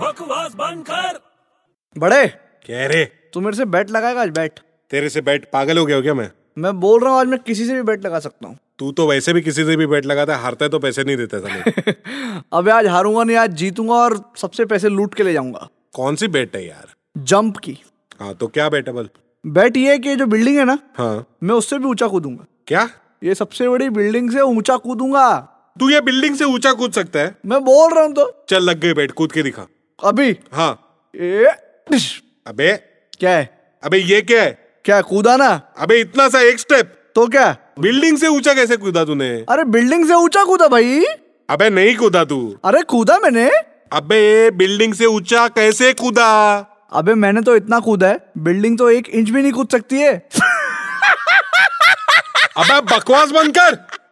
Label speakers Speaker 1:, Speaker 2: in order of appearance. Speaker 1: बकवास बंद कर
Speaker 2: बड़े
Speaker 3: कह रहे
Speaker 2: तू मेरे से बैट लगाएगा आज बैट
Speaker 3: तेरे से बैट पागल हो गया हो क्या मैं
Speaker 2: मैं बोल रहा हूँ आज मैं किसी से भी बैट लगा सकता हूँ
Speaker 3: तू तो वैसे भी किसी से भी बैट लगाता है हारता है तो पैसे नहीं देता साले
Speaker 2: अबे आज हारूंगा नहीं आज जीतूंगा और सबसे पैसे लूट के ले जाऊंगा
Speaker 3: कौन सी बैट है यार
Speaker 2: जंप की
Speaker 3: हाँ तो क्या बैट है बल
Speaker 2: बैट ये है कि जो बिल्डिंग है ना
Speaker 3: हाँ
Speaker 2: मैं उससे भी ऊंचा कूदूंगा
Speaker 3: क्या
Speaker 2: ये सबसे बड़ी बिल्डिंग से ऊंचा कूदूंगा
Speaker 3: तू ये बिल्डिंग से ऊंचा कूद सकता है
Speaker 2: मैं बोल रहा हूँ तो
Speaker 3: चल लग गई बैट कूद के दिखा
Speaker 2: अभी
Speaker 3: हाँ
Speaker 2: ए, डिश।
Speaker 3: अबे
Speaker 2: क्या है
Speaker 3: अबे ये क्या है
Speaker 2: क्या है? कूदा ना
Speaker 3: अबे इतना सा एक स्टेप
Speaker 2: तो क्या
Speaker 3: बिल्डिंग से ऊंचा कैसे कूदा तूने
Speaker 2: अरे बिल्डिंग से ऊंचा कूदा भाई
Speaker 3: अबे नहीं कूदा तू
Speaker 2: अरे कूदा मैंने
Speaker 3: अबे बिल्डिंग से ऊंचा कैसे कूदा
Speaker 2: अबे मैंने तो इतना कूदा है बिल्डिंग तो एक इंच भी नहीं कूद सकती है
Speaker 3: अबे बकवास बंद कर